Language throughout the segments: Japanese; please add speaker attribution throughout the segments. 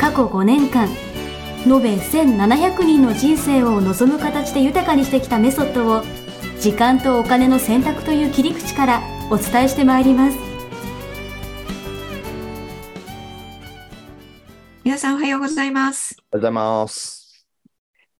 Speaker 1: 過去5年間延べ1700人の人生を望む形で豊かにしてきたメソッドを時間とお金の選択という切り口からお伝えしてまいります
Speaker 2: 皆さんおはようございます。
Speaker 3: おはようございます。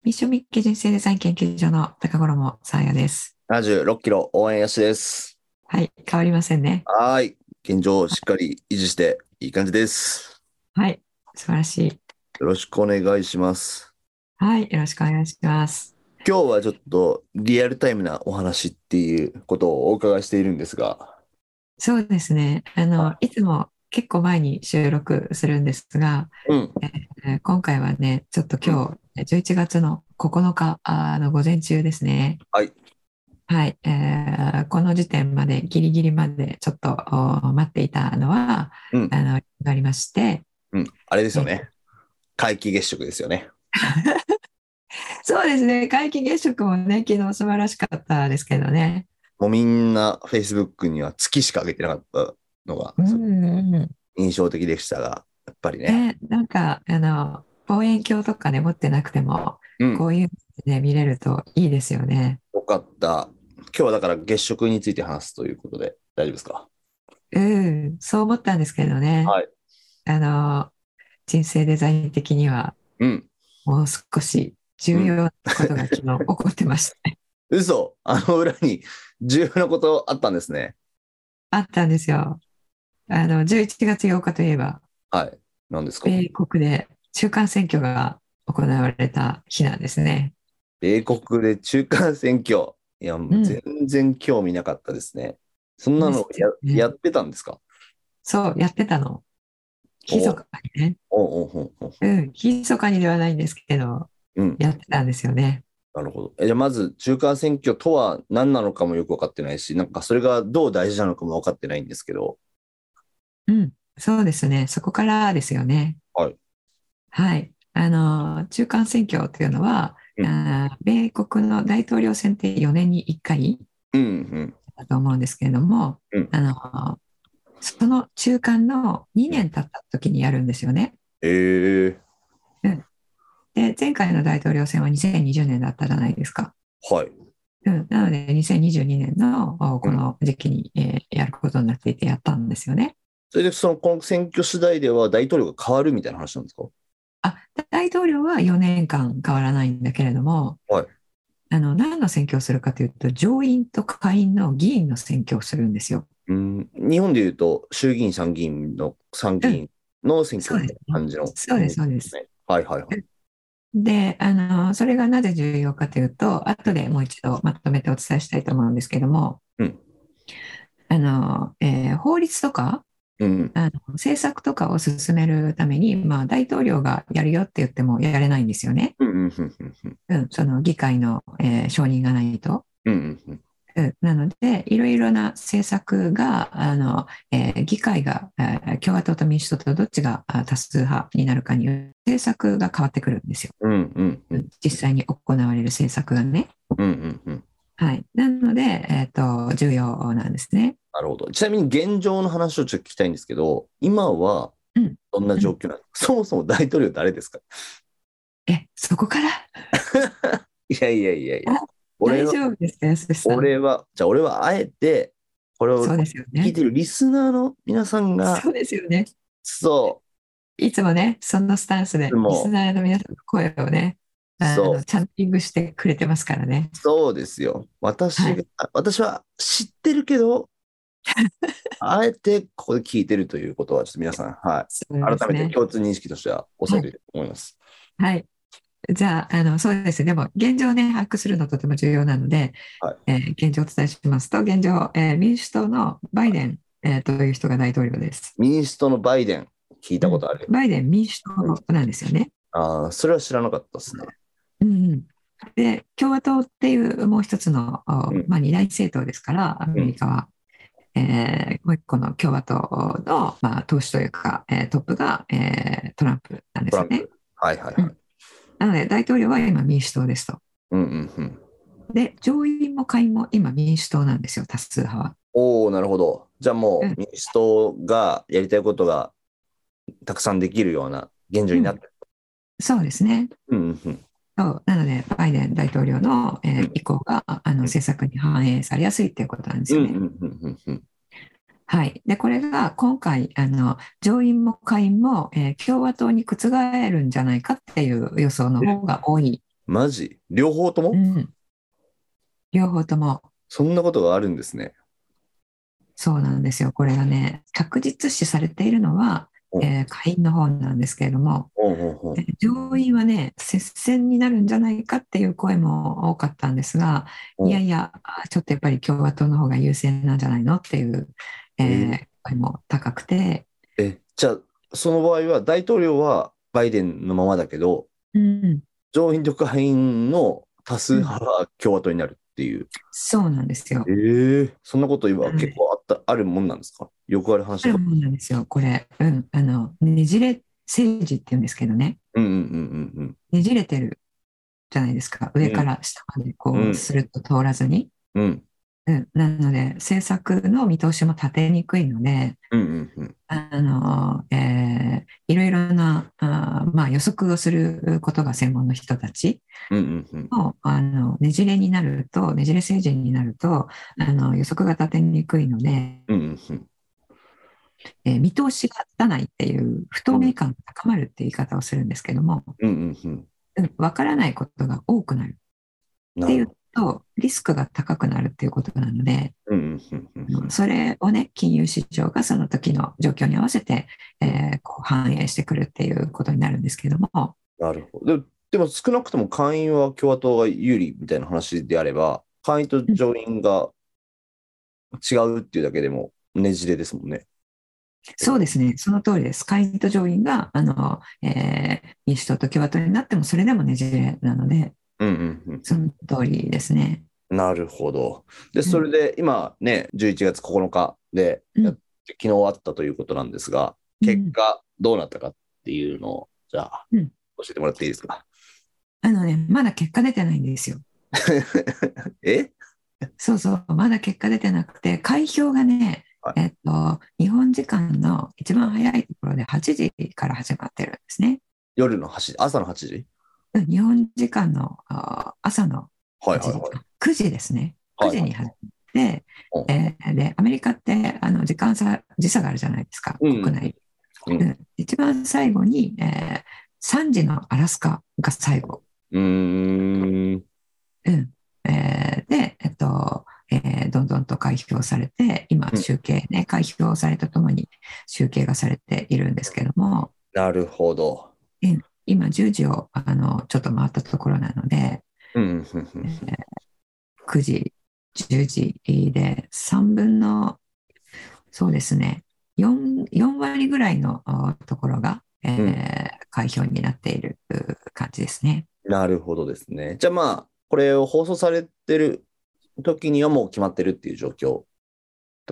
Speaker 2: ミッションミッキー人生デザイン研究所の高頃もさあやです。
Speaker 3: 76キロ応援やしです。
Speaker 2: はい、変わりませんね。
Speaker 3: はーい。現状をしっかり維持していい感じです。
Speaker 2: はい、素晴らしい。
Speaker 3: よろしくお願いします。
Speaker 2: はい、よろしくお願いします。
Speaker 3: 今日はちょっとリアルタイムなお話っていうことをお伺いしているんですが、
Speaker 2: そうですね。あの、いつも結構前に収録するんですが、
Speaker 3: うん。
Speaker 2: えー今回はね、ちょっと今日、11月の9日あーの午前中ですね。
Speaker 3: はい。
Speaker 2: はい、えーこの時点までギリギリまでちょっとお待っていたのは、
Speaker 3: うん
Speaker 2: あのありまして、
Speaker 3: うん。あれですよね。皆既月食ですよね。
Speaker 2: そうですね、皆既月食もね、昨日素晴らしかったですけどね。
Speaker 3: もうみんな Facebook には月しか上げてなかったのが
Speaker 2: うん
Speaker 3: 印象的でしたが、やっぱりね。
Speaker 2: ね、なんかあの望遠鏡とかね持ってなくても
Speaker 3: うん。
Speaker 2: こういうのね見れるといいですよね。
Speaker 3: よかった。今日はだから月食について話すということで大丈夫ですか
Speaker 2: うん、そう思ったんですけどね。
Speaker 3: はい
Speaker 2: あの人生デザイン的には
Speaker 3: うん。
Speaker 2: もう少し重要なことが昨 日起こってましたね。
Speaker 3: 嘘あの裏に重要なことあったんですね。
Speaker 2: あったんですよ。あの11月8日といえば
Speaker 3: はい。何ですか
Speaker 2: 米国で中間選挙が行われた日なんですね。
Speaker 3: 米国で中間選挙。いや、
Speaker 2: ん
Speaker 3: 全然興味なかったですね。そんなの
Speaker 2: です
Speaker 3: や
Speaker 2: よね
Speaker 3: やってたんですか
Speaker 2: そう、やってたの。
Speaker 3: お
Speaker 2: 密かにね。
Speaker 3: おうおうおうおう
Speaker 2: うん、密かにではないんですけど、
Speaker 3: うん。
Speaker 2: やってたんですよね。
Speaker 3: なるほど。えじゃあまず中間選挙とは何なのかもよく分かってないし、なんかそれがどう大事なのかも分かってないんですけど。
Speaker 2: うん、そうですね。そこからですよね。
Speaker 3: はい。
Speaker 2: はい。あの、中間選挙というのは、
Speaker 3: うん
Speaker 2: あー米国の大統領選って4年に1回
Speaker 3: うんうん。
Speaker 2: だと思うんですけれども、
Speaker 3: うん
Speaker 2: あの、その中間の2年経った時にやるんですよね。
Speaker 3: えー、
Speaker 2: で、前回の大統領選は2020年だったじゃないですか。
Speaker 3: はい。
Speaker 2: うん、なので、2022年のあこの時期に、えーやることになっていてやったんですよね。
Speaker 3: それでそのこの選挙次第では大統領が変わるみたいな話なんですか
Speaker 2: あ、大統領は4年間変わらないんだけれども、
Speaker 3: はい
Speaker 2: あの何の選挙をするかというと、上院と下院の議員の選挙をするんですよ。
Speaker 3: うん、日本でいうと衆議院参議院の参議院の選挙みたいな感じの、
Speaker 2: そうですそうです
Speaker 3: ねはいはいはい。
Speaker 2: で、あのそれがなぜ重要かというと、後でもう一度まとめてお伝えしたいと思うんですけども、
Speaker 3: うん
Speaker 2: あのえー法律とか、
Speaker 3: うん、
Speaker 2: あの政策とかを進めるために、まあ、大統領がやるよって言ってもやれないんですよね、
Speaker 3: うん、うん、うん、うん、うん
Speaker 2: うん、その議会の、えー承認がないと。
Speaker 3: うん、うん、
Speaker 2: うんなので、いろいろな政策が、あのえー議会が、えー共和党と民主党とどっちがあ多数派になるかによる政策が変わってくるんですよ、
Speaker 3: うん、うん、うん、
Speaker 2: 実際に行われる政策がね。
Speaker 3: うん、うん。
Speaker 2: はい、なので、えーと、重要なんですね。
Speaker 3: なるほど。ちなみに現状の話をちょっと聞きたいんですけど、今は
Speaker 2: うん
Speaker 3: どんな状況なの、そもそも大統領誰ですか
Speaker 2: え、そこから
Speaker 3: いやいやいやいや
Speaker 2: あ。
Speaker 3: 俺
Speaker 2: 大
Speaker 3: は、
Speaker 2: 丈夫ですか、安田さん
Speaker 3: 俺は、じゃあ俺はあえて、これを
Speaker 2: そうですよ
Speaker 3: 聞い
Speaker 2: ね。
Speaker 3: てるリスナーの皆さんが、
Speaker 2: そうですよね。
Speaker 3: そう、
Speaker 2: いつもね、そのスタンスで、
Speaker 3: い
Speaker 2: リ
Speaker 3: つも
Speaker 2: スナーの皆さんの声をね、あ
Speaker 3: そ
Speaker 2: の
Speaker 3: う
Speaker 2: チャンピングしてくれてますからね。
Speaker 3: そうですよ。私が、
Speaker 2: は
Speaker 3: 私は知ってるけど、あえてここで聞いてるということは、ちょっと皆さん、は
Speaker 2: そう
Speaker 3: い、
Speaker 2: です
Speaker 3: 改め
Speaker 2: ね
Speaker 3: て共通認識としては押さえておいてと思います。
Speaker 2: はい。じゃあ、あの、そうです。でも、現状をね、把握するのとても重要なので、
Speaker 3: はい
Speaker 2: えー現状をお伝えしますと、現状、えー民主党のバイデン、えーという人が大統領です。
Speaker 3: 民主党のバイデン、聞いたことある。
Speaker 2: バイデン民主党なんですよね。
Speaker 3: ああ、それは知らなかったですね。
Speaker 2: うんうんで共和党っていうもう一つの、
Speaker 3: うん
Speaker 2: まあ、二大政党ですからアメリカは、えーもう一個の共和党の、まあ、党首というか、えートップが、えートランプなんで
Speaker 3: ト
Speaker 2: す
Speaker 3: ラ
Speaker 2: よ
Speaker 3: ン
Speaker 2: ね
Speaker 3: プ。。はいはいはい。
Speaker 2: なので大統領は今民主党ですと。
Speaker 3: うんうんうん。
Speaker 2: で上院も下院も今民主党なんですよ多数派は。
Speaker 3: おおなるほど。じゃあもう
Speaker 2: うん
Speaker 3: 民主党がやりたいことがたくさんできるような現状になってる。
Speaker 2: そうですね。
Speaker 3: うんうんうん。
Speaker 2: そうなのでバイデン大統領の、えー
Speaker 3: うん
Speaker 2: 意向があの政策に反映されやすいっていうことなんです
Speaker 3: うん
Speaker 2: よ
Speaker 3: う
Speaker 2: ね。
Speaker 3: んうんうんうん。
Speaker 2: はい、でこれが今回あの上院も下院も、えー共和党に覆るんじゃないかっていう予想の方が多い、
Speaker 3: マジ両方とも、
Speaker 2: うん、両方とも
Speaker 3: そんなことがあるんですね。
Speaker 2: そうなんですよこれがね確実視されているのは、えー下院の方なんですけれども
Speaker 3: おうおうおう
Speaker 2: えー上院はね接戦になるんじゃないかっていう声も多かったんですが
Speaker 3: おう
Speaker 2: いやいやあちょっとやっぱり共和党の方が優勢なんじゃないのっていう、えー声も高くて。
Speaker 3: え、じゃあその場合は大統領はバイデンのままだけど、
Speaker 2: うん
Speaker 3: 上院と下院の多数派は共和党になるっていう。
Speaker 2: そうなんですよ。
Speaker 3: ええそんなこと今
Speaker 2: はい
Speaker 3: 結構あった、あるもんなんですかよくある話
Speaker 2: あ
Speaker 3: だ
Speaker 2: るもんなんですよ、これ。うん。あの、ねじれ政治って言うんですけどね。
Speaker 3: うんうんうんうん
Speaker 2: ねじれてるじゃないですか。上から下までこ
Speaker 3: う
Speaker 2: う、
Speaker 3: ん
Speaker 2: スルッと通らずに。
Speaker 3: うん。うん
Speaker 2: うん。なので、政策の見通しも立てにくいので、
Speaker 3: うんうんうん。
Speaker 2: あの、えーいろいろな、あーまあ予測をすることが専門の人たち
Speaker 3: うんうんうん。
Speaker 2: も、あの、ねじれになると、ねじれ政治になると、あの、予測が立てにくいので、
Speaker 3: うんうんうん。
Speaker 2: えー見通しが立たないっていう不透明感が高まるっていう言い方をするんですけども、
Speaker 3: うんうんうん。
Speaker 2: うん、分からないことが多くなるっ
Speaker 3: な
Speaker 2: てい
Speaker 3: る
Speaker 2: うとリスクが高くなるっていうことなので、
Speaker 3: ほど。うんうんうんうん。
Speaker 2: それをね金融市場がその時の状況に合わせて、えーこう反映してくるっていうことになるんですけども
Speaker 3: なるほど。ででも少なくとも下院は共和党が有利みたいな話であれば、下院と上院が違うっていうだけでもねじれですもんね。
Speaker 2: そうですねその通りです下院と上院があの、えー民主党と共和党になってもそれでもねじれなので
Speaker 3: うんうん
Speaker 2: その通りですね。
Speaker 3: うん。なるほど。で、
Speaker 2: ん
Speaker 3: それで今ね、11月9日で、
Speaker 2: うん
Speaker 3: やっ昨日あったということなんですが、結果どうなったかっていうのを、じゃあ、
Speaker 2: うん
Speaker 3: 教えてもらっていいですか。
Speaker 2: うんあのねまだ結果出てないんですよ。
Speaker 3: え
Speaker 2: そうそう、まだ結果出てなくて、開票がね、
Speaker 3: はい
Speaker 2: えっと、日本時間の一番早いところで8時から始まってるんですね。
Speaker 3: 夜の8時、朝の8時
Speaker 2: うん日本時間のあ朝の
Speaker 3: は
Speaker 2: 8
Speaker 3: いはい
Speaker 2: 時、
Speaker 3: はい。
Speaker 2: 9時ですね。
Speaker 3: は
Speaker 2: 9
Speaker 3: い
Speaker 2: 時に始まって、
Speaker 3: うん
Speaker 2: えーで、アメリカってあの時間差、時差があるじゃないですか、
Speaker 3: うん
Speaker 2: 国内。
Speaker 3: うん
Speaker 2: うん一番最後に、えー3時のアラスカが最後。
Speaker 3: うーん。
Speaker 2: うんえーで、えっとえーどんどんと開票されて、今、
Speaker 3: うん
Speaker 2: 集計ね、開票されとともに集計がされているんですけども、
Speaker 3: なるほど。
Speaker 2: 今、10時をあのちょっと回ったところなので、
Speaker 3: うんうんうんうん。
Speaker 2: 9時、10時で、3分の、そうですね、4, 4割ぐらいのあところが、えー
Speaker 3: うん
Speaker 2: 開票になっているう感じですね。
Speaker 3: なるほどですね。じゃあまあ、これを放送されてる時にはもう決まってるっていう状況ってこ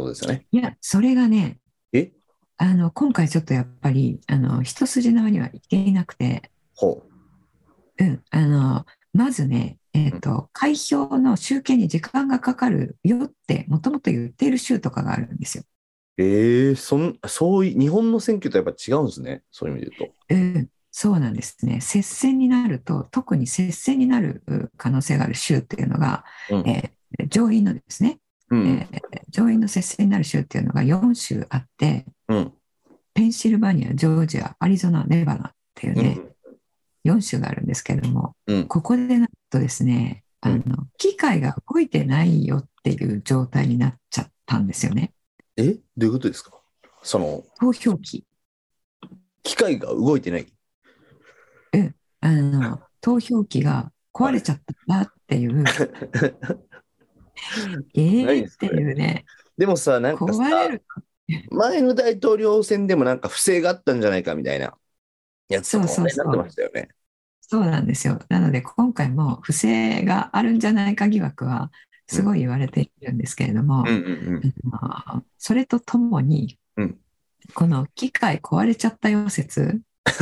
Speaker 3: とですよね。
Speaker 2: いや、それがね、
Speaker 3: え
Speaker 2: あの今回ちょっとやっぱりあの一筋縄にはいけなくて、
Speaker 3: ほう。
Speaker 2: うん、あのまずね、えーと開票の集計に時間がかかるよってもともと言っている州とかがあるんですよ。
Speaker 3: ええそん、そうい、日本の選挙とやっぱ違うんですね。そういう意味で言うと。
Speaker 2: うん、そうなんですね接戦になると特に接戦になるう可能性がある州っていうのが、
Speaker 3: うん
Speaker 2: えー上院のですね、
Speaker 3: うん。
Speaker 2: えー上院の接戦になる州っていうのが4州あって
Speaker 3: うん。
Speaker 2: ペンシルバニアジョージアアリゾナネバダっていう
Speaker 3: う
Speaker 2: ね、
Speaker 3: ん。
Speaker 2: 4州があるんですけれども、
Speaker 3: うん
Speaker 2: ここでなんとですねあの
Speaker 3: うん
Speaker 2: 機械が動いてないよっていう状態になっちゃったんですよね
Speaker 3: えどういうことですかその、
Speaker 2: 投票機
Speaker 3: 機械が動いてない。
Speaker 2: あの投票機が壊れちゃったなって いう、ええ
Speaker 3: 何
Speaker 2: ーっていうね
Speaker 3: でもさ、なんかさ、
Speaker 2: 壊れる
Speaker 3: 前の大統領選でもなんか不正があったんじゃないかみたいなやつとか
Speaker 2: そうそうそう
Speaker 3: 問題になってましたよね。
Speaker 2: そうなんですよ。なので今回も不正があるんじゃないか疑惑はすごい言われているんですけれども、
Speaker 3: うんうん
Speaker 2: あのそれとともに、
Speaker 3: うん
Speaker 2: この機械壊れちゃったよ説こ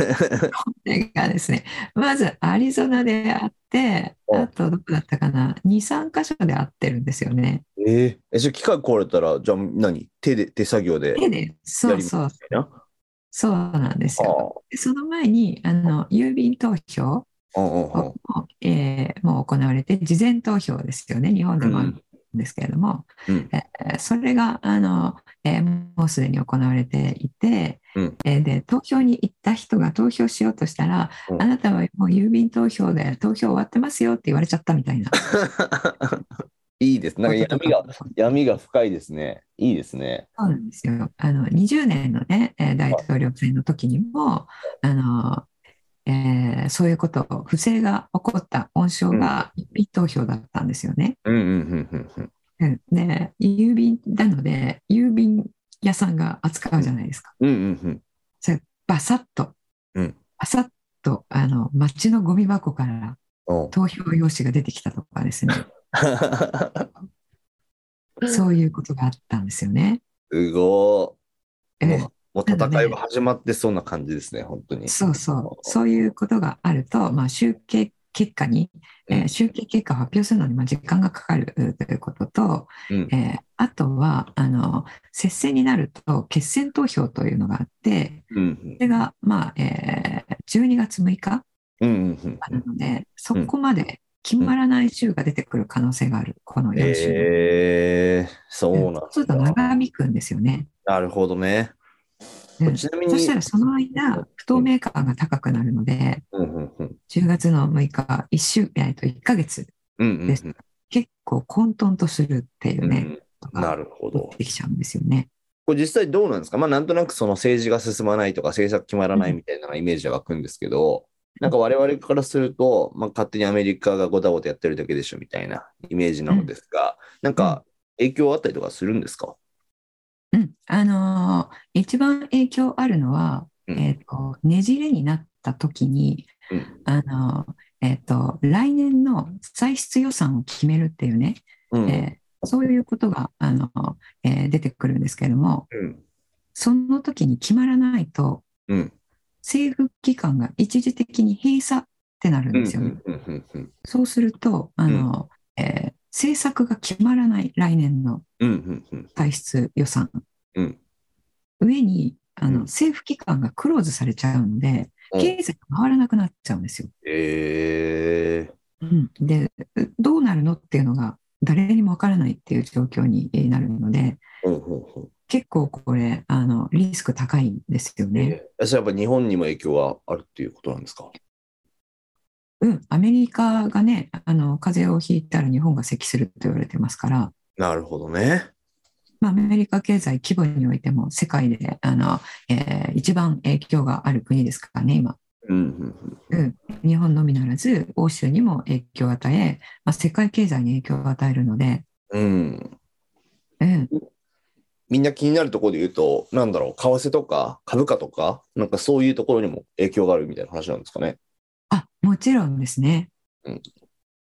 Speaker 2: れがですねまずアリゾナであって
Speaker 3: うん
Speaker 2: あとどこだったかな23箇所で合ってるんですよね。
Speaker 3: うん。えーえ、じゃあ機械壊れたら、じゃあ何手で、手作業で。
Speaker 2: 手でそうそう
Speaker 3: な
Speaker 2: そうなんですよ。
Speaker 3: あ
Speaker 2: でその前にあの郵便投票
Speaker 3: あ、うんうんうん
Speaker 2: も、えーもう行われて事前投票ですよね日本でもあ
Speaker 3: う
Speaker 2: るん
Speaker 3: ん
Speaker 2: ですけれども、
Speaker 3: うん
Speaker 2: えーそれがあの、えーもうすでに行われていて、
Speaker 3: うん
Speaker 2: えーで投票に行った人が投票しようとしたら、
Speaker 3: うん
Speaker 2: あなたはもう郵便投票で投票終わってますよって言われちゃったみたいな。
Speaker 3: いい です。なんか闇が、
Speaker 2: そう
Speaker 3: 闇が深いですね。いいですね。
Speaker 2: なんですよあの20年の、ね、えー大統領選の時にもあの、えーそういうことを不正が起こった温床が郵便投票だったんですよね。
Speaker 3: うんうんうんうんうん。
Speaker 2: うんね、郵便なので郵便屋さんが扱うじゃないですか、
Speaker 3: うんうんうん。
Speaker 2: それバサッと、
Speaker 3: うん
Speaker 2: バサッとあの町のゴミ箱から
Speaker 3: おう
Speaker 2: 投票用紙が出てきたとかですねそういうことがあったんですよね。
Speaker 3: すごい。
Speaker 2: え
Speaker 3: もう
Speaker 2: ー
Speaker 3: もう戦いは始まってそうな感じですね、本当に。
Speaker 2: そうそうそういうことがあると、まあ、集計結果に、えー集計結果を発表するのにまあ時間がかかるうんということと、
Speaker 3: うん
Speaker 2: えーあとはあの接戦になると決選投票というのがあって、
Speaker 3: うん
Speaker 2: それが、まあえー12月6日
Speaker 3: うんうんうんう。
Speaker 2: なんので、そこまで決まらない州が出てくる可能性がある、この4州。
Speaker 3: えー、そうなん
Speaker 2: そうすると長引くんですよね。
Speaker 3: なるほどね。
Speaker 2: うん
Speaker 3: ち
Speaker 2: そ
Speaker 3: なみに
Speaker 2: したらその間、不透明感が高くなるので、
Speaker 3: うんうんうん。
Speaker 2: 10月の6日、1週、えー、と1ヶ月、
Speaker 3: うんうん
Speaker 2: です結構混沌とするっていううん
Speaker 3: う
Speaker 2: ね、
Speaker 3: ん。
Speaker 2: こと
Speaker 3: な
Speaker 2: が
Speaker 3: るほ
Speaker 2: 起
Speaker 3: ど
Speaker 2: き。てきちゃうんですよね。
Speaker 3: これ実際どうなんですかまあなんとなくその政治が進まないとか政策決まらないみたいなイメージが湧くんですけど、なんか我々からすると、まあ勝手にアメリカがごたごたやってるだけでしょみたいなイメージなのですが、なんか影響あったりとかするんですか
Speaker 2: うん、あのー一番影響あるのは、
Speaker 3: うん
Speaker 2: えーとねじれになった時に、
Speaker 3: うん
Speaker 2: あのーえーと来年の歳出予算を決めるっていうね、
Speaker 3: うん。
Speaker 2: えーそういうことが、あのーえー出てくるんですけれども
Speaker 3: うん。
Speaker 2: その時に決まらないと
Speaker 3: うん。
Speaker 2: 政府機関が一時的に閉鎖ってなるん
Speaker 3: うん。
Speaker 2: ですよね。
Speaker 3: うんうんうん
Speaker 2: そうすると、あのーえー政策が決まらない来年の
Speaker 3: うんうんうん
Speaker 2: 歳出予算
Speaker 3: うん
Speaker 2: 上にあ
Speaker 3: う
Speaker 2: の
Speaker 3: ん
Speaker 2: 政府機関がクローズされちゃうので、
Speaker 3: うん
Speaker 2: 経済が回らなくなっちゃうんですよ。
Speaker 3: えー
Speaker 2: でどうなるのっていうのが誰にもわからないっていう状況になるので
Speaker 3: うんうんうん
Speaker 2: 結構これあのリスク高いんですよね。
Speaker 3: えーそれはやっぱ日本にも影響はあるっていうことなんですか
Speaker 2: うん、アメリカがねあの風邪をひいたら日本が咳すると言われてますから、
Speaker 3: なるほどね。
Speaker 2: まあ、アメリカ経済規模においても世界であの、えー一番影響がある国ですからね今。
Speaker 3: うん
Speaker 2: 日本のみならず欧州にも影響を与え、まあ、世界経済に影響を与えるので、
Speaker 3: うんうんうん、
Speaker 2: うん、
Speaker 3: みんな気になるところで言うと、なんだろう、為替とか株価とか、なんかそういうところにも影響があるみたいな話なんですかね。
Speaker 2: あもちろんですね、
Speaker 3: うん
Speaker 2: 為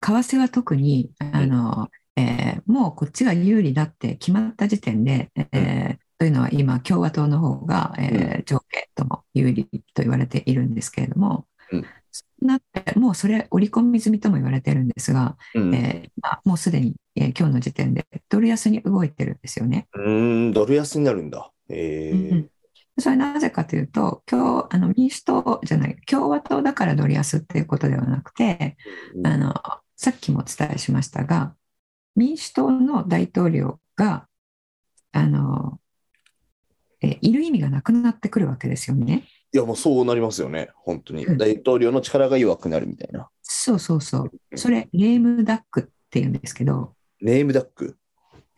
Speaker 2: 替は特にあの、えーもうこっちが有利だって決まった時点で、えーというのは今共和党の方が、えー上下とも有利と言われているんですけれども、
Speaker 3: うん
Speaker 2: そうなってもうそれ織り込み済みとも言われてるんですが、
Speaker 3: うん
Speaker 2: えーまあもうすでに、えー今日の時点でドル安に動いてるんですよね。
Speaker 3: うーん、ドル安になるんだ。えー
Speaker 2: うんそれなぜかというと、今日あの民主党じゃない、共和党だからドル安っていうことではなくて、
Speaker 3: うん
Speaker 2: あのさっきもお伝えしましたが、民主党の大統領があのえいる意味がなくなってくるわけですよね。
Speaker 3: いや、もうそうなりますよね、本当に。
Speaker 2: うん
Speaker 3: 大統領の力が弱くなるみたいな。
Speaker 2: そうそうそう。それ、レームダックっていうんですけど、
Speaker 3: ネームダック。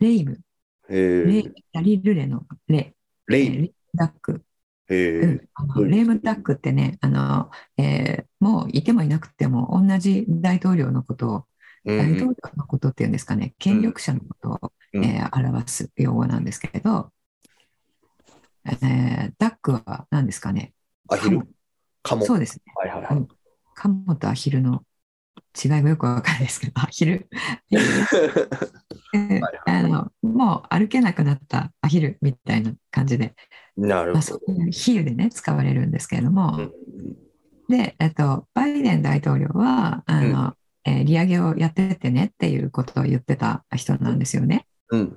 Speaker 2: レイム、
Speaker 3: え
Speaker 2: レ
Speaker 3: ー
Speaker 2: イ、ラリルレのレ、
Speaker 3: レ
Speaker 2: えーレ
Speaker 3: イ。
Speaker 2: イムダック。
Speaker 3: え
Speaker 2: う
Speaker 3: ー
Speaker 2: んあの
Speaker 3: どういう
Speaker 2: レームダックってねあの、えーもういてもいなくても同じ大統領のことを、
Speaker 3: うん
Speaker 2: 大統領のことっていうんですかね権力者のことを、
Speaker 3: うん
Speaker 2: えー表す用語なんですけれどえーダックは何ですかね。
Speaker 3: アヒルカモ。
Speaker 2: そう
Speaker 3: は
Speaker 2: ですね。
Speaker 3: いはいはい。
Speaker 2: カモとアヒルの違いがよくわかるんないですけど、アヒル。えー
Speaker 3: はいはい
Speaker 2: あのもう歩けなくなったアヒルみたいな感じで、
Speaker 3: なる
Speaker 2: まあ、
Speaker 3: ほ
Speaker 2: そ
Speaker 3: ど。
Speaker 2: ういう比喩でね使われるんですけれども、
Speaker 3: うん
Speaker 2: で、えっと、バイデン大統領はあの、えー利上げをやってってねっていうことを言ってた人なんですよね。
Speaker 3: うん。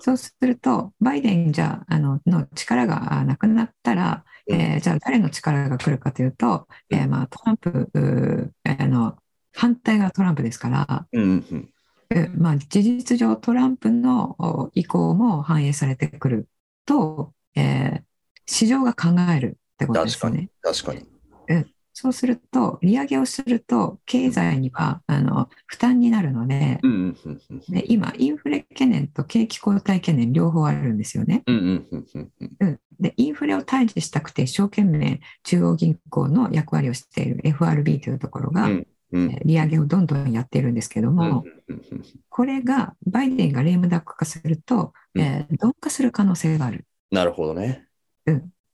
Speaker 2: そうするとバイデンじゃあのの力があなくなったら、えーじゃあ誰の力が来るかというと、えーまあ、トランプうーあの反対がトランプですから、
Speaker 3: うんうん。
Speaker 2: えまあ、事実上トランプのお意向も反映されてくると、えー市場が考えるってことで
Speaker 3: 確
Speaker 2: す
Speaker 3: か
Speaker 2: よね
Speaker 3: に。。確かに。
Speaker 2: そうすると、利上げをすると、経済にはあの負担になるので
Speaker 3: う、んうんうんうん。
Speaker 2: で今、インフレ懸念と景気後退懸念、両方あるんですよね。
Speaker 3: うんうんうんうんうん。
Speaker 2: うん、で、インフレを退治したくて、一生懸命中央銀行の役割をしている FRB というところが、
Speaker 3: うんうん
Speaker 2: え利上げをどんどんやっているんですけど
Speaker 3: うん
Speaker 2: も、
Speaker 3: うんうん
Speaker 2: これがバイデンがレームダック化すると、
Speaker 3: うん
Speaker 2: えー鈍化する可能性がある。
Speaker 3: なるほどね。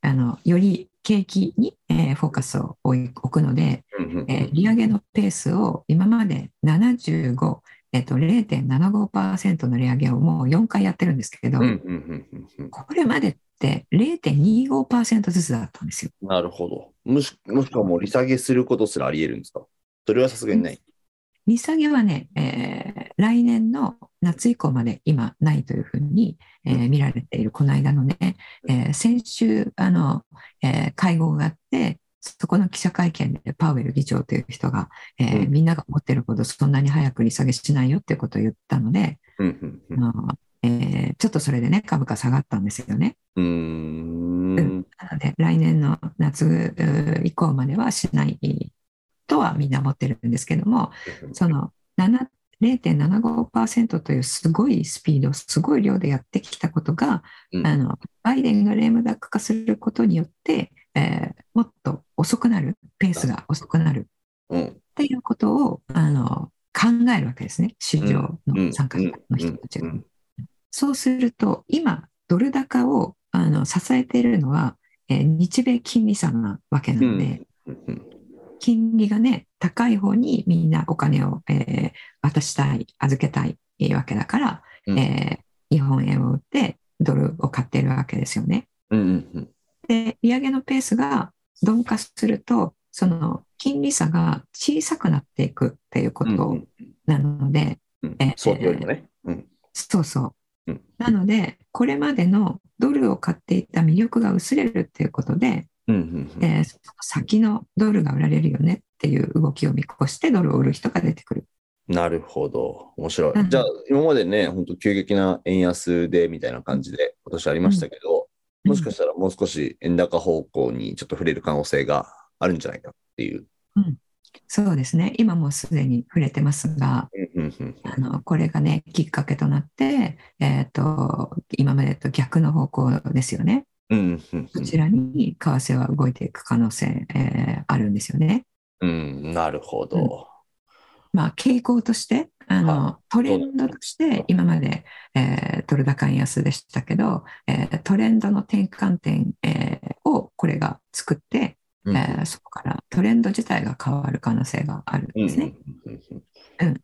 Speaker 2: あのより景気に、えーフォーカスを置くので、
Speaker 3: うんうんうん
Speaker 2: えー利上げのペースを今まで75、えっと0.75%の利上げをもう4回やってるんですけど、
Speaker 3: うんうんうんうんうん
Speaker 2: これまでって0.25%ずつだったんですよ。
Speaker 3: なるほど。もしもしくはもう利下げすることすらあり得るんですかそれはさすがにない。
Speaker 2: 利下げはね、えー来年の夏以降まで今ないというふうに、えー見られている、この間のね、えー先週あの、えー会合があって、そこの記者会見でパウエル議長という人が、えー
Speaker 3: うん
Speaker 2: みんなが思ってるほどそんなに早く利下げしないよっていうことを言ったので、
Speaker 3: うんうん
Speaker 2: あのえーちょっとそれでね、株価下がったんですよね。
Speaker 3: うんうーん。
Speaker 2: なので、来年の夏うー以降まではしないとはみんな思ってるんですけども、その7 0.75%というすごいスピード、すごい量でやってきたことが、
Speaker 3: うん
Speaker 2: あのバイデンがレームダック化することによって、えーもっと遅くなる、ペースが遅くなる
Speaker 3: うん
Speaker 2: っていうことをあの考えるわけですね、市場の参加者の人たち
Speaker 3: う
Speaker 2: が。
Speaker 3: ん
Speaker 2: そうすると、今、ドル高をあの支えているのは、えー日米金利差なわけな
Speaker 3: う
Speaker 2: の
Speaker 3: ん
Speaker 2: で、
Speaker 3: うんうん
Speaker 2: 金利がね、高い方にみんなお金を、えー渡したい、預けたいわけだから、
Speaker 3: うん
Speaker 2: えー日本円を売ってドルを買っているわけですよね。
Speaker 3: うんうん
Speaker 2: で、利上げのペースが鈍化すると、その金利差が小さくなっていくっていうこ
Speaker 3: うんう
Speaker 2: と
Speaker 3: ん
Speaker 2: なので、
Speaker 3: うん
Speaker 2: えー
Speaker 3: そうよりもね。うん。
Speaker 2: そうそううんなので、これまでのドルを買っていた魅力が薄れるっていうことで、
Speaker 3: うんうんうん
Speaker 2: えーその先のドルが売られるよねっていう動きを見越してドルを売る人が出てくる。
Speaker 3: なるほど。面白
Speaker 2: う
Speaker 3: い。
Speaker 2: ん
Speaker 3: じゃあ、今までね、本当急激な円安でみたいな感じで、今年ありましたけど、
Speaker 2: うん
Speaker 3: もしかしたらもう少し円高方向にちょっと触れる可能性があるんじゃないかっていう。
Speaker 2: そうですね。今もうすでに触れてますが、
Speaker 3: うんうんうん
Speaker 2: あのこれがねきっかけとなって、えっ、と今までと逆の方向ですよね。
Speaker 3: うんうんう
Speaker 2: こ
Speaker 3: ん
Speaker 2: ちらに為替は動いていく可能性、えーあるんですよね。
Speaker 3: うん、なるほど。
Speaker 2: まあ傾向として、あの
Speaker 3: は
Speaker 2: トレンドとして今まで、えードル高円安でしたけど、えートレンドの転換点、えーをこれが作って、
Speaker 3: うん
Speaker 2: えーそこからトレンド自体が変わる可能性があるん
Speaker 3: うん
Speaker 2: で
Speaker 3: うん
Speaker 2: すね。
Speaker 3: うんうん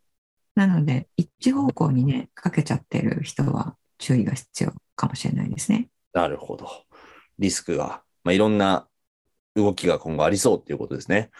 Speaker 2: なので、一方向にね、かけちゃってる人は注意が必要かもしれないですね。
Speaker 3: なるほど。リスクが、まあ、いろんな動きが今後ありそうっていうことですね。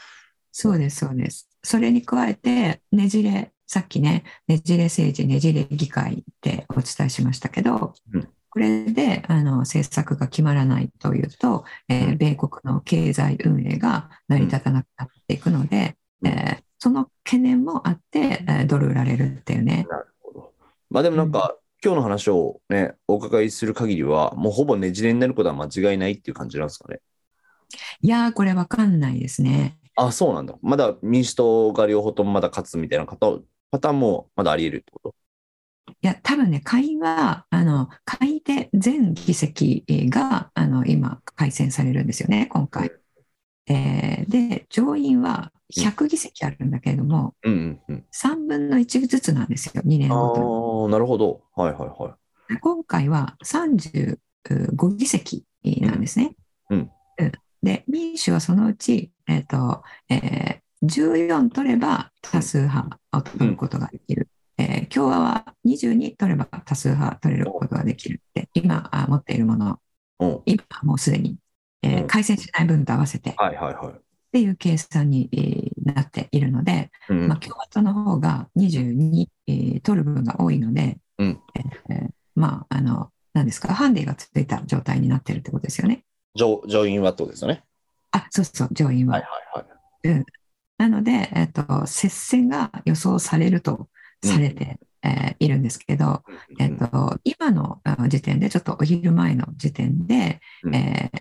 Speaker 2: そうです、そうです。それに加えて、ねじれ、さっきね、ねじれ政治、ねじれ議会ってお伝えしましたけど
Speaker 3: うん、
Speaker 2: これであの政策が決まらないというと、えー
Speaker 3: うん
Speaker 2: 米国の経済運営が成り立たなくなっていくので、
Speaker 3: うん
Speaker 2: えーその懸念もあって、えードル売られるっていうね。
Speaker 3: なるほど。まあでもなんか、今日の話をね、お伺いする限りは、もうほぼねじれになることは間違いないっていう感じなんですかね。
Speaker 2: いやー、これわかんないですね。
Speaker 3: あ、そうなんだ。まだ民主党が両方ともまだ勝つみたいな方、パターンもまだあり得るってこと。
Speaker 2: いや、多分ね、下院は、あの、下院で全議席が、あの、今、改選されるんですよね、今回。えーで、上院は100議席あるんだけれども、
Speaker 3: うんうんうん。
Speaker 2: 3分の1ずつなんですよ、2年
Speaker 3: あ
Speaker 2: ごと
Speaker 3: あ、なるほど。はいはいはい。
Speaker 2: に。今回は35議席なんですね。
Speaker 3: うん
Speaker 2: うんで民主はそのうち、えーとえー14取れば多数派を取ることができる、えー共和は22取れば多数派取れることができるって今あ持っているもの
Speaker 3: うん。は
Speaker 2: 今もうすでに、えー
Speaker 3: うん
Speaker 2: 改正しない分と合わせてっ
Speaker 3: いはいはい。
Speaker 2: ていう計算にえーなっているので、
Speaker 3: うん
Speaker 2: まあ、共和党の方が22、えー取る分が多いので、
Speaker 3: うん
Speaker 2: えーまああの何ですかハンディがついた状態になってるってことですよね。
Speaker 3: 上上院はってことですよね。
Speaker 2: あそうそう上院は、
Speaker 3: はいはいはい。
Speaker 2: なので、えっと接戦が予想されるとされて、えーいるんですけど、えっと今のあの時点でちょっとお昼前の時点で、
Speaker 3: うん
Speaker 2: えー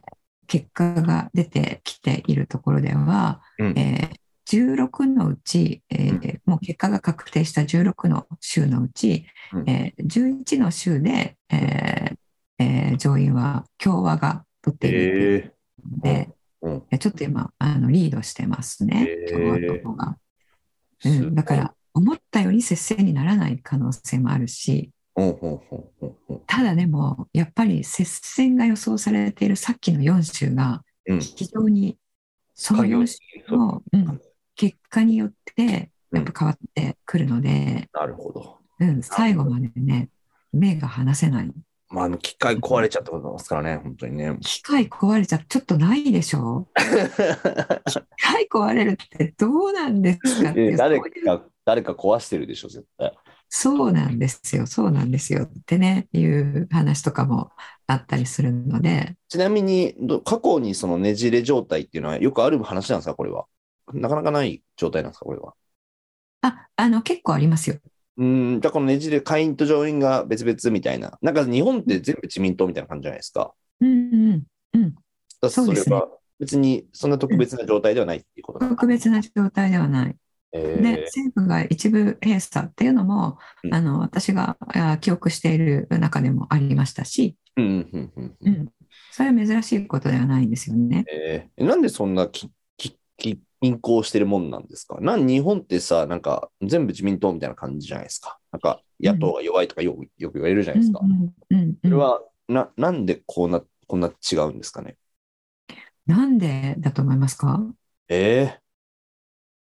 Speaker 2: 結果が出てきているところでは、
Speaker 3: うん
Speaker 2: えー16のうち、えーもう結果が確定した16の州のうち、
Speaker 3: うん
Speaker 2: えー11の州で、えーえー上院は共和が取っているっていう
Speaker 3: え
Speaker 2: ので。
Speaker 3: ーうん
Speaker 2: えちょっと今あのリードしてますね
Speaker 3: へ、ー
Speaker 2: 共和党が、う
Speaker 3: すごい
Speaker 2: ん。だから思ったより接戦にならない可能性もあるし、
Speaker 3: うんうんうんうんうん
Speaker 2: ただでもやっぱり接戦が予想されているさっきの4州が
Speaker 3: うん
Speaker 2: 非常にその4州の、うん結果によってやっぱ変わってくるので、
Speaker 3: なるほど。
Speaker 2: うん、最後までね目が離せない
Speaker 3: まあ、あの機械壊れちゃったことですからね、本当にね。
Speaker 2: 機械壊れちゃちょっとないでし ょう機械壊れるってどうなんですかっていう
Speaker 3: 誰
Speaker 2: そういう
Speaker 3: か、誰か壊してるでしょ、絶対。
Speaker 2: そうなんですよ、そうなんですよってね、いう話とかもあったりするので、
Speaker 3: ちなみに、ど過去にそのねじれ状態っていうのはよくある話なんですか、これは。なかなかない状態なんですか、これは。
Speaker 2: あ、あの、結構ありますよ。
Speaker 3: うん、じゃあこのねじれ、下院と上院が別々みたいな。なんか日本って全部自民党みたいな感じじゃないですか。
Speaker 2: うんうん。
Speaker 3: だから
Speaker 2: そうですね
Speaker 3: れは別にそんな特別な状態ではないっていうことなんだ
Speaker 2: 特別な状態ではない。
Speaker 3: え
Speaker 2: で、
Speaker 3: ー
Speaker 2: 政府が一部閉鎖っていうのも
Speaker 3: う、ん
Speaker 2: あの、私があ記憶している中でもありましたし、
Speaker 3: うんうんうんう
Speaker 2: うんん。それは珍しいことではないんですよね。
Speaker 3: えーなんでそんなききき均衡してるもんなんですかなん日本ってさ、なんか全部自民党みたいな感じじゃないですか。なんか野党が弱いとかよ,、くよく言われるじゃないですか。
Speaker 2: うんうんうんう
Speaker 3: それ
Speaker 2: ん
Speaker 3: はななんでこうなこんな違うんですかね。
Speaker 2: なんでだと思いますか
Speaker 3: えー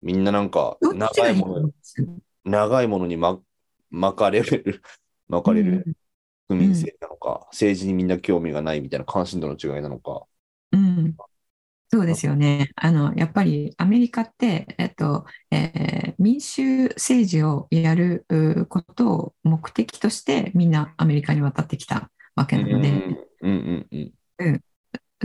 Speaker 3: みんななんか
Speaker 2: どっち
Speaker 3: 長
Speaker 2: が
Speaker 3: い
Speaker 2: いい
Speaker 3: も
Speaker 2: と
Speaker 3: の
Speaker 2: 思います
Speaker 3: 長いものにま巻かれる、 巻かれる国民性なのか、政治にみんな興味がないみたいな関心度の違いなのか。
Speaker 2: うん、そうですよね。あの、やっぱりアメリカって、えっと、えー民衆政治をやるうことを目的として、みんなアメリカに渡ってきたわけなので、
Speaker 3: うんうんうん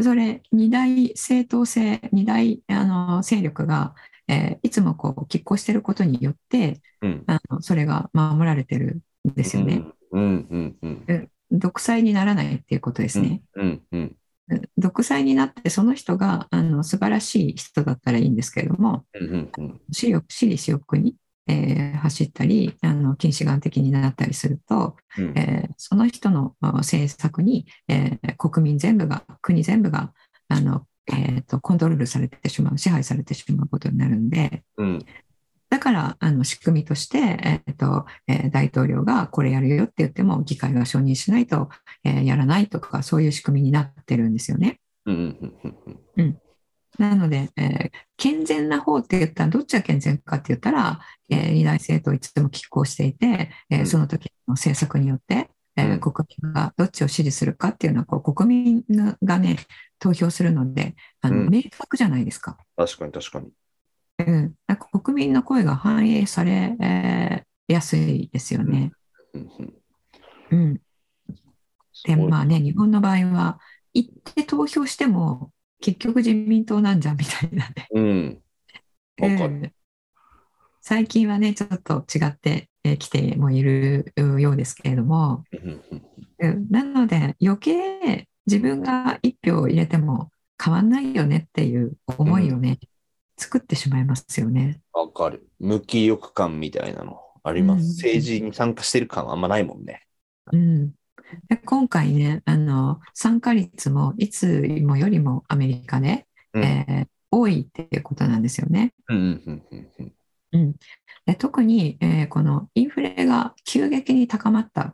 Speaker 2: それ、二大政党制、二大あの勢力が、えーいつもこう、拮抗していることによって、
Speaker 3: うん
Speaker 2: あのそれが守られてるんですよね。。
Speaker 3: うんうんうん
Speaker 2: 独裁にならないっていうことです
Speaker 3: う
Speaker 2: ね。
Speaker 3: んうんうん
Speaker 2: 独裁になってその人があの素晴らしい人だったらいいんですけれども
Speaker 3: うんうんうん
Speaker 2: 私欲私利私欲に、えー走ったりあの近視眼的になったりすると、
Speaker 3: うん
Speaker 2: えーその人のあ政策に、えー国民全部が国全部があの、えーとコントロールされてしまう支配されてしまうことになるんで
Speaker 3: うん
Speaker 2: だからあの仕組みとして、えーとえー大統領がこれやるよって言っても議会が承認しないと、えーやらないとかそういう仕組みになってるんですよね。
Speaker 3: うんうんうんうん
Speaker 2: なので、えー健全な方って言ったら、どっちが健全かって言ったら、えー二大政党いつでも拮抗していて、えー
Speaker 3: うん
Speaker 2: その時の政策によって、えー
Speaker 3: うん
Speaker 2: 国民がどっちを支持するかっていうのは、こう国民がね、投票するので、あの
Speaker 3: うん
Speaker 2: 明確じゃないですか。
Speaker 3: 確かに確かに。
Speaker 2: うん、なんか国民の声が反映され、えーやすいですよね。
Speaker 3: うんうん
Speaker 2: うん、で、
Speaker 3: すごい
Speaker 2: まあね、日本の場合は、行って投票しても、結局自民党なんじゃんみたいなね。
Speaker 3: うん。わ
Speaker 2: う
Speaker 3: かる。
Speaker 2: ん最近はねちょっと違ってえーきてもいるようですけれども、
Speaker 3: うんうん
Speaker 2: うんなので余計自分が一票を入れても変わんないよねっていう思いをね、作ってしまいますよね。
Speaker 3: わかる。無気力感みたいなのありま
Speaker 2: う
Speaker 3: す。
Speaker 2: ん
Speaker 3: 政治に参加してる感はあんまないもんね。
Speaker 2: うん、で今回ねあの参加率もいつもよりもアメリカで、
Speaker 3: うん
Speaker 2: えー多いっていうことなんですよね。
Speaker 3: うんうんうんうんうん
Speaker 2: うん、で特に、えーこのインフレが急激に高まった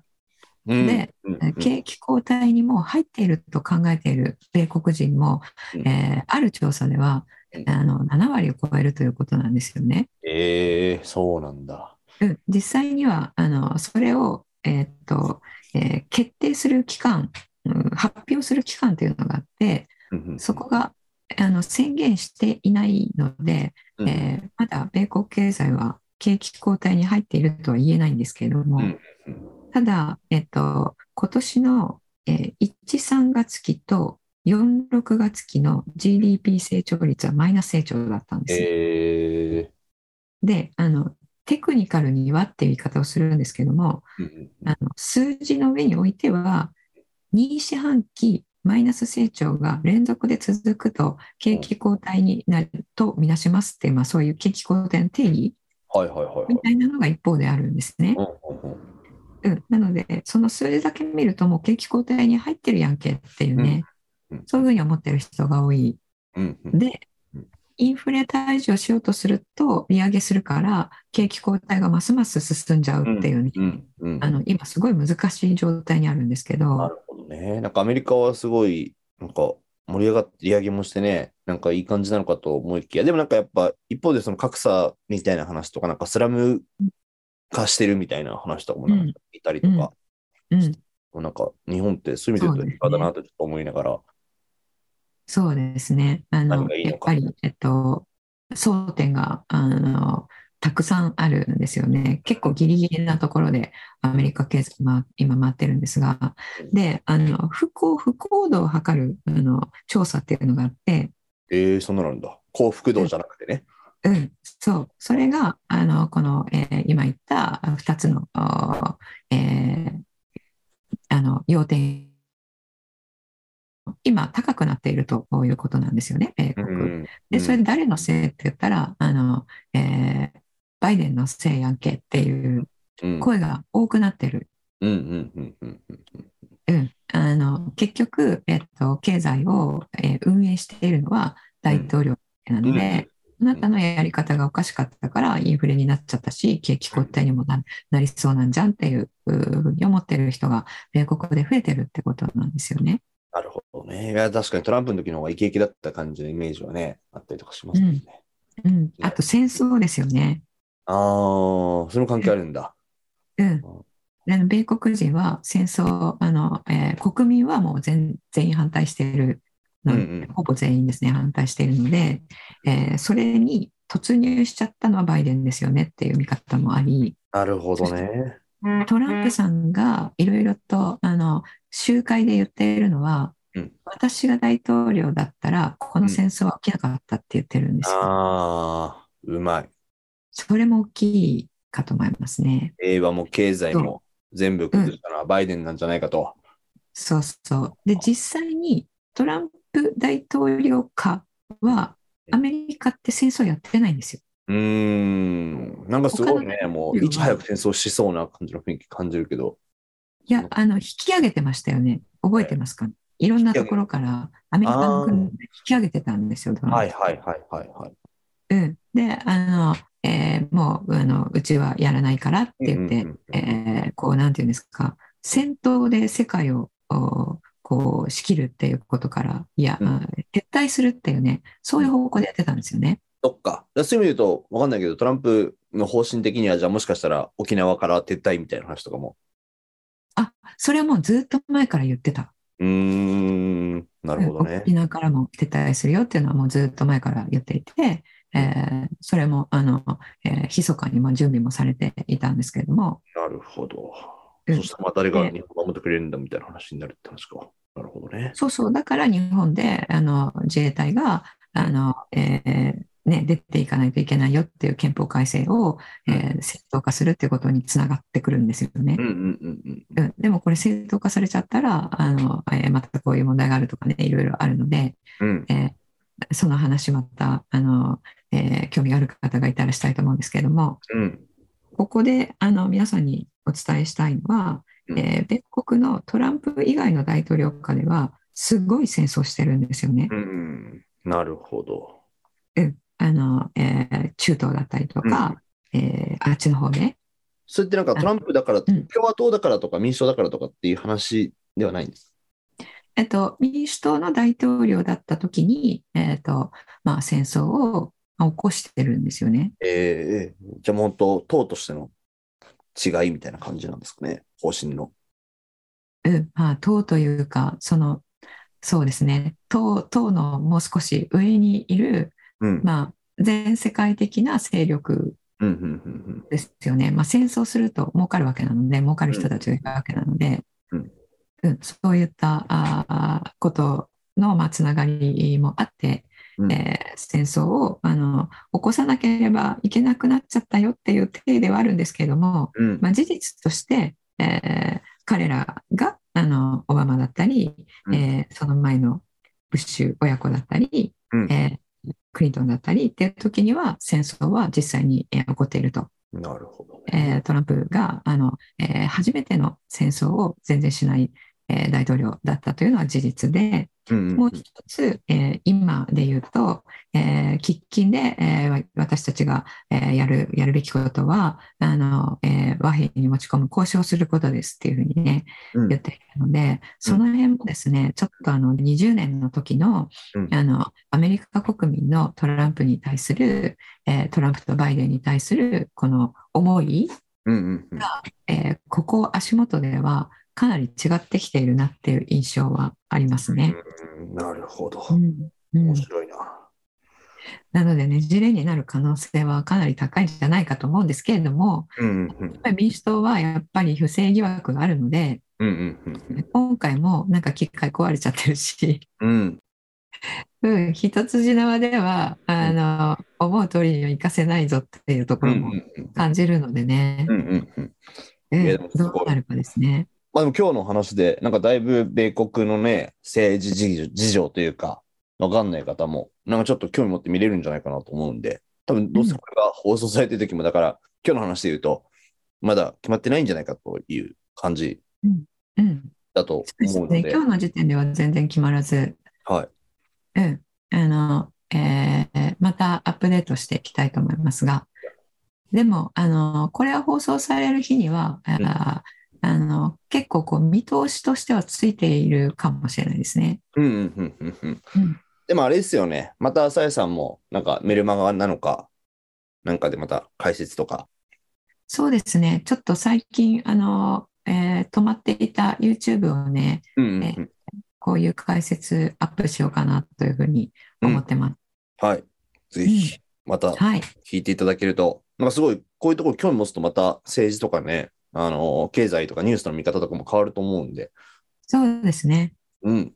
Speaker 3: うん
Speaker 2: で
Speaker 3: うん
Speaker 2: えー景気後退にもう入っていると考えている米国人も、
Speaker 3: うん
Speaker 2: えーある調査では
Speaker 3: うん
Speaker 2: あの7割を超えるということなんですよね。
Speaker 3: ええそうなんだ。
Speaker 2: うん、実際にはあのそれを、えーっとえー決定する期間、うん発表する期間というのがあってそこがあの宣言していないので、
Speaker 3: うん
Speaker 2: えーまだ米国経済は景気後退に入っているとは言えないんですけれども、
Speaker 3: うん
Speaker 2: ただ、えっと、今年の、えー1、3月期と4、6月期の GDP 成長率はマイナス成長だったんですよ。
Speaker 3: ええ
Speaker 2: であのテクニカルにはっていう言い方をするんですけども
Speaker 3: うん
Speaker 2: あの数字の上においては2四半期マイナス成長が連続で続くと景気後退になるとみなしますっていう、まあ、そういう景気後退の定義
Speaker 3: はいはいはいはい
Speaker 2: みたいなのが一方であるんですね。
Speaker 3: うんうんうん。
Speaker 2: うん、なのでその数字だけ見るともう景気後退に入ってるやんけっていうね、
Speaker 3: うんうん
Speaker 2: そういうふうに思ってる人が多い。
Speaker 3: うんうん
Speaker 2: で
Speaker 3: うん
Speaker 2: インフレ退治をしようとすると利上げするから景気後退がますます進んじゃうっていうね、
Speaker 3: うんうん
Speaker 2: あの今すごい難しい状態にあるんですけ
Speaker 3: な
Speaker 2: ど、
Speaker 3: るほどね。なんかアメリカはすごい、なんか盛り上がって、利上げもしてね、なんかいい感じなのかと思いきや、でもなんかやっぱ、一方でその格差みたいな話とか、なんかスラム化してるみたいな話とかもなんかいたりとか、
Speaker 2: うんうん
Speaker 3: も
Speaker 2: うん、
Speaker 3: うなんか日本ってそういう意味で言うと、だなとちょっと思いながら、
Speaker 2: そうですねあ
Speaker 3: 何
Speaker 2: の
Speaker 3: がいい
Speaker 2: や
Speaker 3: の
Speaker 2: っ
Speaker 3: か
Speaker 2: ぱり、えっと、争点があのたくさんあるんですよね結構ギリギリなところでアメリカ経済、まあ、今回ってるんですがであの不幸不幸度を測るあの調査っていうのがあって、
Speaker 3: えー、そんなのなんだ。幸福度じゃなくてね。
Speaker 2: うん、そう、それが、あの、この、えー今言ったあ二つの、あーえーあの、要点。今、高くなっているということなんですよね、米
Speaker 3: う
Speaker 2: 国。
Speaker 3: ん
Speaker 2: で、それで誰のせいって言ったら、あの、えーバイデンのせいやんけっていう
Speaker 3: うん
Speaker 2: 声が多くなってる。
Speaker 3: うんうんうんうんうん
Speaker 2: うん、あの、結局、えっと、経済を、えー運営しているのは大統領なので、あなたのやり方がおかしかったからインフレになっちゃったし、景気後退にもななりそうなんじゃんっていううーふうに思ってる人が米国で増えてるってことなんですよね。
Speaker 3: なるほどね。いや、確かにトランプの時の方がイケイケだった感じのイメージはね、あったりとかしますもんね。
Speaker 2: うん、あと戦争ですよね。
Speaker 3: ああ、それも関係あるんだ。
Speaker 2: うん、で米国人は戦争あの、えー国民はもう全全員反対しているの、
Speaker 3: うんうん
Speaker 2: ほぼ全員ですね反対しているので、えーそれに突入しちゃったのはバイデンですよねっていう見方もあり、
Speaker 3: なるほどね。
Speaker 2: トランプさんがいろいろとあの集会で言っているのは、
Speaker 3: うん
Speaker 2: 私が大統領だったらこの戦争は起きなかったって言ってるんですよ。
Speaker 3: ああ、うまい。
Speaker 2: それも大きいかと思いますね。
Speaker 3: 平和も経済も全部崩したのはバイデンなんじゃないかと。
Speaker 2: そうそう。で実際にトランプ大統領下はアメリカって戦争やってないんですよ。
Speaker 3: うーん、なんかすごいね、もういち早く戦争しそうな感じの雰囲気感じるけど。
Speaker 2: いやあの引き上げてましたよね。覚えてますか、いろんなところからアメリカの軍を引き上げてたんですよ。トランプ
Speaker 3: はいはいはいはいはい。
Speaker 2: うん、であの、えーもうあのうちはやらないからって言って、
Speaker 3: うんうんうん
Speaker 2: えーこうなんていうんですか戦闘で世界をおこう仕切るっていうことからいや、
Speaker 3: うん
Speaker 2: あ撤退するっていうねそういう方向でやってたんですよね。
Speaker 3: そっか。だからそういう意味で言うと、わかんないけど、トランプの方針的には、じゃあもしかしたら沖縄から撤退みたいな話とかも。
Speaker 2: あそれはもうずっと前から言ってた。
Speaker 3: うーん、なるほどね
Speaker 2: 沖。縄からも撤退するよっていうのはもうずっと前から言っていて、えーそれもあの、えー密かにも準備もされていたんですけれども、
Speaker 3: なるほど。
Speaker 2: うん
Speaker 3: そしたらまあ誰が日本を守ってくれるんだみたいな話になるって話か。なるほどね。
Speaker 2: そうそう、だから日本であの自衛隊があの、えーね、出ていかないといけないよっていう憲法改正を、えー正当化するっていうことにつながってくるんですよね
Speaker 3: うん。うんうんう
Speaker 2: う
Speaker 3: ん。
Speaker 2: ん、でもこれ正当化されちゃったらあの、えーまたこういう問題があるとかねいろいろあるので、
Speaker 3: うん、
Speaker 2: えーその話またあの、えー興味がある方がいたらしたいと思うんですけれども
Speaker 3: うん、
Speaker 2: ここであの皆さんにお伝えしたいのは、
Speaker 3: うん
Speaker 2: えー米国のトランプ以外の大統領下ではすごい戦争してるんですよね。
Speaker 3: うん。なるほど。
Speaker 2: あの、えー中東だったりとか、えーあっちの方で、
Speaker 3: それってなんかトランプだから、
Speaker 2: うん
Speaker 3: 共和党だからとか民主党だからとかっていう話ではないんです。
Speaker 2: えっと、民主党の大統領だった時に、えっとまあ、戦争をまあ起こしてるんですよね。
Speaker 3: ええじゃあもう本当、党としての違いみたいな感じなんですかね、方針の。
Speaker 2: うんまあ、党というかそのそうですね党党のもう少し上にいる、
Speaker 3: うん。
Speaker 2: まあ、全世界的な勢力
Speaker 3: うん、うん、うん
Speaker 2: ですよね、まあ、戦争すると儲かるわけなので儲かる人たちがいるわけなので、
Speaker 3: うん
Speaker 2: うんそういったあーことのまあつながりもあって、
Speaker 3: うん
Speaker 2: えー戦争をあの起こさなければいけなくなっちゃったよっていう体ではあるんですけれども、
Speaker 3: うん。うん
Speaker 2: まあ、事実として、えー彼らがあのオバマだったり、
Speaker 3: うん
Speaker 2: えーその前のブッシュ親子だったり、
Speaker 3: うん
Speaker 2: えークリントンだったりっていう時には戦争は実際に、えー起こっていると、
Speaker 3: なるほど、ね。
Speaker 2: えートランプがあの、えー初めての戦争を全然しない、えー大統領だったというのは事実で、
Speaker 3: うん
Speaker 2: もう一つ、えー今で言うと、えー喫緊で、えーわ私たちが、えーやるやるべきことはあの、えー和平に持ち込む交渉することですっていうふうにね
Speaker 3: うん
Speaker 2: 言っているのでその辺もですねちょっとあの20年の時の
Speaker 3: うん
Speaker 2: あのアメリカ国民のトランプに対する、えートランプとバイデンに対するこの思い、
Speaker 3: うんうんうん
Speaker 2: えーここ足元ではかなり違ってきているなっていう印象はありますね。
Speaker 3: うんなるほど。
Speaker 2: うん
Speaker 3: 面白いな。
Speaker 2: なのでねじれになる可能性はかなり高いんじゃないかと思うんですけれども
Speaker 3: うんうん
Speaker 2: やっぱり民主党はやっぱり不正疑惑があるので
Speaker 3: うんうんうんうん
Speaker 2: 今回もなんか機械壊れちゃってるし、
Speaker 3: うん
Speaker 2: うん、一筋縄ではあの、思う通りにはいかせないぞっていうとこ
Speaker 3: うんう
Speaker 2: ろ
Speaker 3: ん
Speaker 2: も感じるのでね、
Speaker 3: うんうんうん
Speaker 2: うん
Speaker 3: いやでもすごい
Speaker 2: どうなるかですね。
Speaker 3: まあでも今日の話で、なんかだいぶ米国のね、政治事情事情というか、わかんない方も、なんかちょっと興味持って見れるんじゃないかなと思うんで、多分どうせこれが放送されてる時も、だから今日の話で言うと、まだ決まってないんじゃないかという感じ
Speaker 2: うん
Speaker 3: だと
Speaker 2: そうです
Speaker 3: 思うの
Speaker 2: ね、
Speaker 3: で
Speaker 2: 今、日の時点では全然決まらず、
Speaker 3: はい。
Speaker 2: うんあのえーまたアップデートしていきたいと思いますが、でも、あのこれは放送される日には、
Speaker 3: ん
Speaker 2: あーあの結構こう見通しとしてはついているかもしれないですね。
Speaker 3: うんうんうんうんうん
Speaker 2: うん
Speaker 3: でもあれですよね、また朝井さんも、なんかメルマガなのか、なんかでまた解説とか。
Speaker 2: そうですね、ちょっと最近、あのえー止まっていた YouTube をね、
Speaker 3: うんうん
Speaker 2: ね
Speaker 3: うん
Speaker 2: こういう解説アップしようかなというふうに思ってます。
Speaker 3: はい。ぜひ、また
Speaker 2: はい、
Speaker 3: 聞いていただけると、なんかすごい、こういうところ興味持つとまた政治とかね、あの、経済とかニュースの見方とかも変わると思うんで、
Speaker 2: そうですね。
Speaker 3: うん、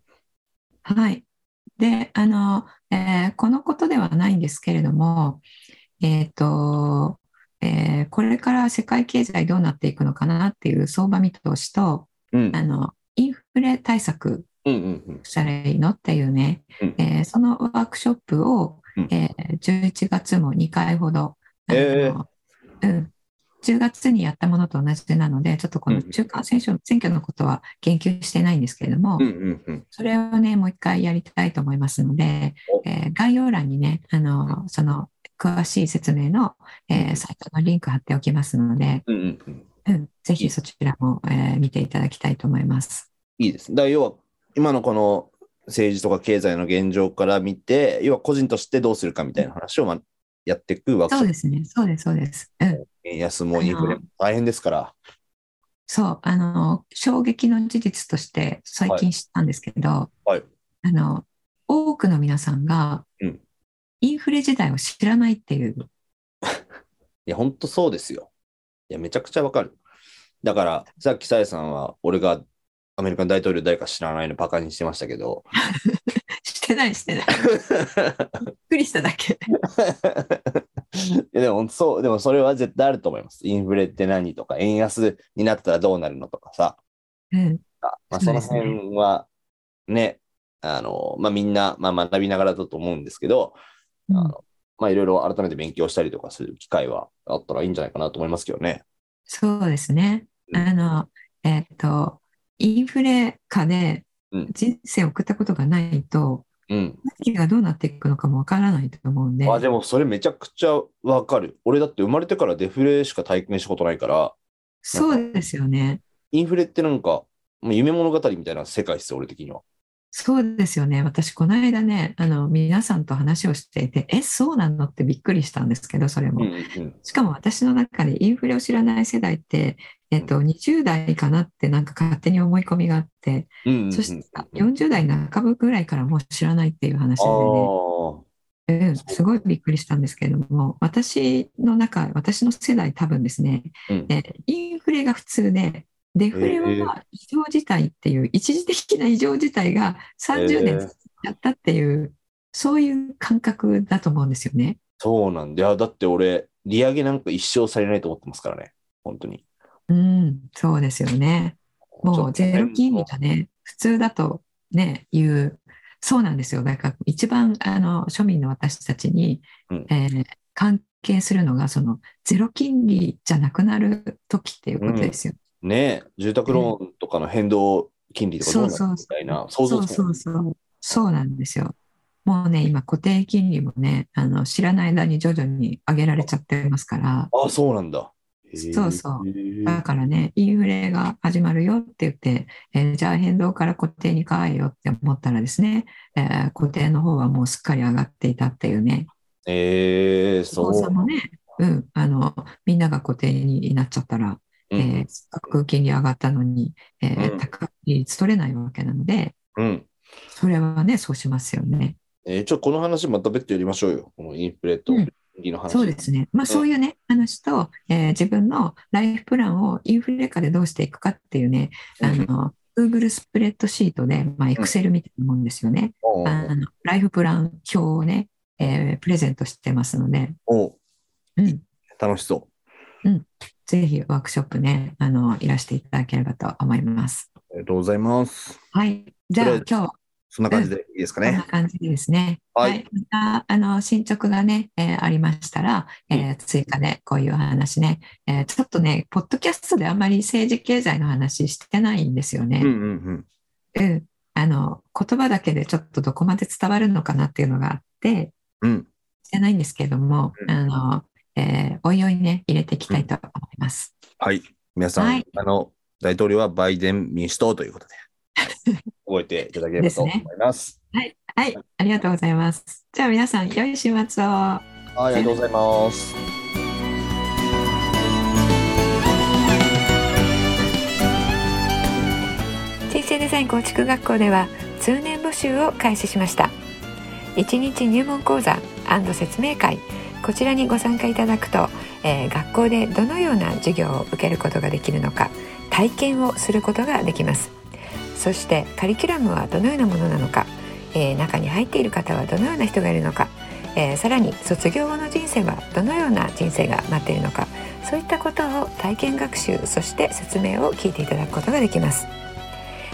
Speaker 2: はい。で、あの、えーこのことではないんですけれども、えっと、えーこれから世界経済どうなっていくのかなっていう相場見通しと、
Speaker 3: うん、
Speaker 2: あの、インフレ対策
Speaker 3: うん、うん、
Speaker 2: したらいいのっていうね、
Speaker 3: うん
Speaker 2: えーそのワークショップを、
Speaker 3: うん
Speaker 2: えー11月も2回ほど、あのう
Speaker 3: え
Speaker 2: ん、10月にやったものと同じなので、ちょっとこの中間選挙選挙のことは言及してないんですけれども、
Speaker 3: うん、うん、うん、
Speaker 2: それをね、もう一回やりたいと思いますので
Speaker 3: お、
Speaker 2: えー概要欄にね、あの、その、詳しい説明の、えーサイトのリンク貼っておきますので、
Speaker 3: うん、うんうん、
Speaker 2: うん、ぜひそちらも、えー見ていただきたいと思います。
Speaker 3: いいです。だから要は、今のこの政治とか経済の現状から見て、要は個人としてどうするかみたいな話を、まあ、やっていくわけ
Speaker 2: そうですね、そうです、そうです。うん、
Speaker 3: 円安もインフレも大変ですから、
Speaker 2: そう、あの、衝撃の事実として最近知ったんですけど、
Speaker 3: はい。
Speaker 2: あの、多くの皆さんが
Speaker 3: うん、
Speaker 2: インフレ時代を知らないっていう、
Speaker 3: いや、ほんとそうですよ。いや、めちゃくちゃわかる。だから、さっきさえさんは、俺がアメリカの大統領誰か知らないのバカにしてましたけど、
Speaker 2: してない、してない。びっくりしただけ。
Speaker 3: いやでもそう、でもそれは絶対あると思います。インフレって何とか、円安になったらどうなるのとかさ、
Speaker 2: うん、
Speaker 3: まあ、
Speaker 2: そ
Speaker 3: そうの
Speaker 2: ですね
Speaker 3: 辺はね、あの、まあ、みんな、まあ、学びながらだと思うんですけど、あのまあ、いろいろ改めて勉強したりとかする機会はあったらいいんじゃないかなと思いますけどね。
Speaker 2: そうですね。
Speaker 3: うん
Speaker 2: あの、えっと、インフレ下で
Speaker 3: うん
Speaker 2: 人生を送ったことがないと、
Speaker 3: うん。
Speaker 2: 何がどうなっていくのかもわからないと思うんで、
Speaker 3: あ、でもそれめちゃくちゃわかる。俺だって生まれてからデフレしか体験したことないから、
Speaker 2: そうですよね。
Speaker 3: インフレってなんか、もう夢物語みたいな世界ですよ、俺的には。
Speaker 2: そうですよね。私、この間ね、あの、皆さんと話をしていて、え、そうなのってびっくりしたんですけど、それ
Speaker 3: うん
Speaker 2: も。
Speaker 3: うんうん
Speaker 2: しかも私の中でインフレを知らない世代って、えっと、20代かなってなんか勝手に思い込みがあって、
Speaker 3: うんうんうん。
Speaker 2: そして40代半ばぐらいからもう知らないっていう話
Speaker 3: あ
Speaker 2: でね。
Speaker 3: ー
Speaker 2: うん、すごいびっくりしたんですけれども、私の中、私の世代、多分ですね、
Speaker 3: うん
Speaker 2: えーインフレが普通で、デフレは
Speaker 3: へえ
Speaker 2: まあ異常事態っていう、一時的な異常事態が30
Speaker 3: へえ
Speaker 2: 年続いちゃったっていう、そういう感覚だと思うんですよね。
Speaker 3: そうなんだ。いやだって俺、利上げなんか一生されないと思ってますからね。本当に。
Speaker 2: うん、そうですよね。もうゼロ金利がね、普通だとね、いう、そうなんですよ。だから一番あの庶民の私たちに、
Speaker 3: うん
Speaker 2: えー関係するのが、そのゼロ金利じゃなくなる時っていうことですよ。
Speaker 3: ねえ住宅ローンとかの変動金利とかどうなるみたいな、想
Speaker 2: そ
Speaker 3: 像
Speaker 2: う
Speaker 3: つか
Speaker 2: そ
Speaker 3: ないう
Speaker 2: そう。そうなんですよ。もうね、今固定金利もね、あの知らない間に徐々に上げられちゃってますから、
Speaker 3: あ、そうなんだ。へえ
Speaker 2: そうそう
Speaker 3: へえ
Speaker 2: だからね、インフレが始まるよって言って、えーじゃあ変動から固定に変えようって思ったらですね、えー固定の方はもうすっかり上がっていたっていうね、
Speaker 3: えー、そ
Speaker 2: お父さ
Speaker 3: う。
Speaker 2: んもね、うん、あのみんなが固定になっちゃったら、
Speaker 3: う
Speaker 2: えー
Speaker 3: ん。
Speaker 2: せっかく空金利上がったのに、えー
Speaker 3: うん
Speaker 2: 高い利率取れないわけなので、
Speaker 3: うん
Speaker 2: それはね、そうしますよね。
Speaker 3: えーちょっとこの話また別途やりましょうよ。このインフレと
Speaker 2: うん
Speaker 3: 金利の話。
Speaker 2: そうですね。まあ、そういうね、話と、えー自分のライフプランをインフレ下でどうしていくかっていうね、
Speaker 3: うん
Speaker 2: あの、Google スプレッドシートで、まあ、Excel みたいなもんですよね。
Speaker 3: おう
Speaker 2: あのライフプラン表をね、えープレゼントしてますので、
Speaker 3: おう
Speaker 2: うん、
Speaker 3: 楽しそ
Speaker 2: ぜひワークショップね、あの、いらしていただければと思います。
Speaker 3: う。ありがとうございます。
Speaker 2: はい。じゃあ、
Speaker 3: とり
Speaker 2: 今
Speaker 3: あえず
Speaker 2: 日は
Speaker 3: そんな感じでいいですか
Speaker 2: こん
Speaker 3: ね
Speaker 2: な。感じですね。
Speaker 3: はい
Speaker 2: また、あの、進捗がね、えーありましたら、えー追加でこういう話ね、えーちょっとね、ポッドキャストであんまり政治経済の話してないんですよ
Speaker 3: うんう
Speaker 2: ね。
Speaker 3: んうん。
Speaker 2: うん。あの、言葉だけでちょっとどこまで伝わるのかなっていうのがあって、
Speaker 3: うん。
Speaker 2: してないんですけども、
Speaker 3: うん
Speaker 2: あの、えーおいおいね、入れていきたいと思います。
Speaker 3: はい。皆さん、
Speaker 2: はい
Speaker 3: あの、大統領はバイデン民主党とい うことで、覚えていただければと思います。
Speaker 2: はい、ありがとうございます。じゃあ皆さん、良い週末を。
Speaker 3: はい、ありがとうございます。
Speaker 4: 人生デザイン構築学校では通年募集を開始しました1日入門講座説明会こちらにご参加いただくと、えー学校でどのような授業を受けることができるのか体験をすることができますそしてカリキュラムはどのようなものなのか、えー中に入っている方はどのような人がいるのか、えーさらに卒業後の人生はどのような人生が待っているのかそういったことを体験学習そして説明を聞いていただくことができます